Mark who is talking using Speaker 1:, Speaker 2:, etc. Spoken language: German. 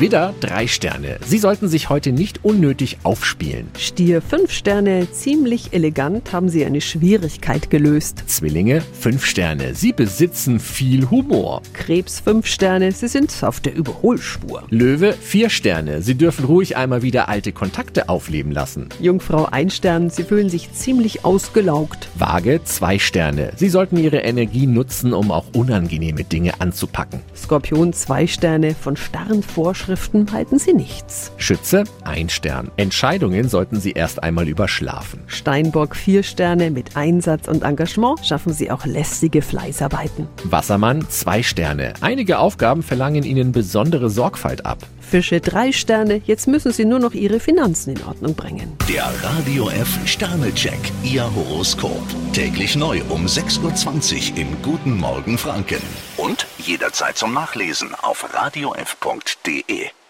Speaker 1: Widder, drei Sterne. Sie sollten sich heute nicht unnötig aufspielen.
Speaker 2: Stier 5 Sterne, ziemlich elegant haben Sie eine Schwierigkeit gelöst.
Speaker 1: Zwillinge, fünf Sterne. Sie besitzen viel Humor.
Speaker 2: Krebs 5 Sterne, Sie sind auf der Überholspur.
Speaker 1: Löwe, vier Sterne. Sie dürfen ruhig einmal wieder alte Kontakte aufleben lassen.
Speaker 2: Jungfrau 1 Stern, Sie fühlen sich ziemlich ausgelaugt.
Speaker 1: Waage, zwei Sterne. Sie sollten ihre Energie nutzen, um auch unangenehme Dinge anzupacken.
Speaker 2: Skorpion 2 Sterne, von starren Vorschriften halten Sie nichts.
Speaker 1: Schütze, ein Stern. Entscheidungen sollten Sie erst einmal überschlafen.
Speaker 2: Steinbock 4 Sterne, mit Einsatz und Engagement schaffen Sie auch lästige Fleißarbeiten.
Speaker 1: Wassermann, zwei Sterne. Einige Aufgaben verlangen Ihnen besondere Sorgfalt ab.
Speaker 2: Fische 3 Sterne, jetzt müssen Sie nur noch Ihre Finanzen in Ordnung bringen.
Speaker 3: Der Radio F Sternecheck, Ihr Horoskop. Täglich neu um 6.20 Uhr im Guten Morgen Franken. Und jederzeit zum Nachlesen auf radiof.de.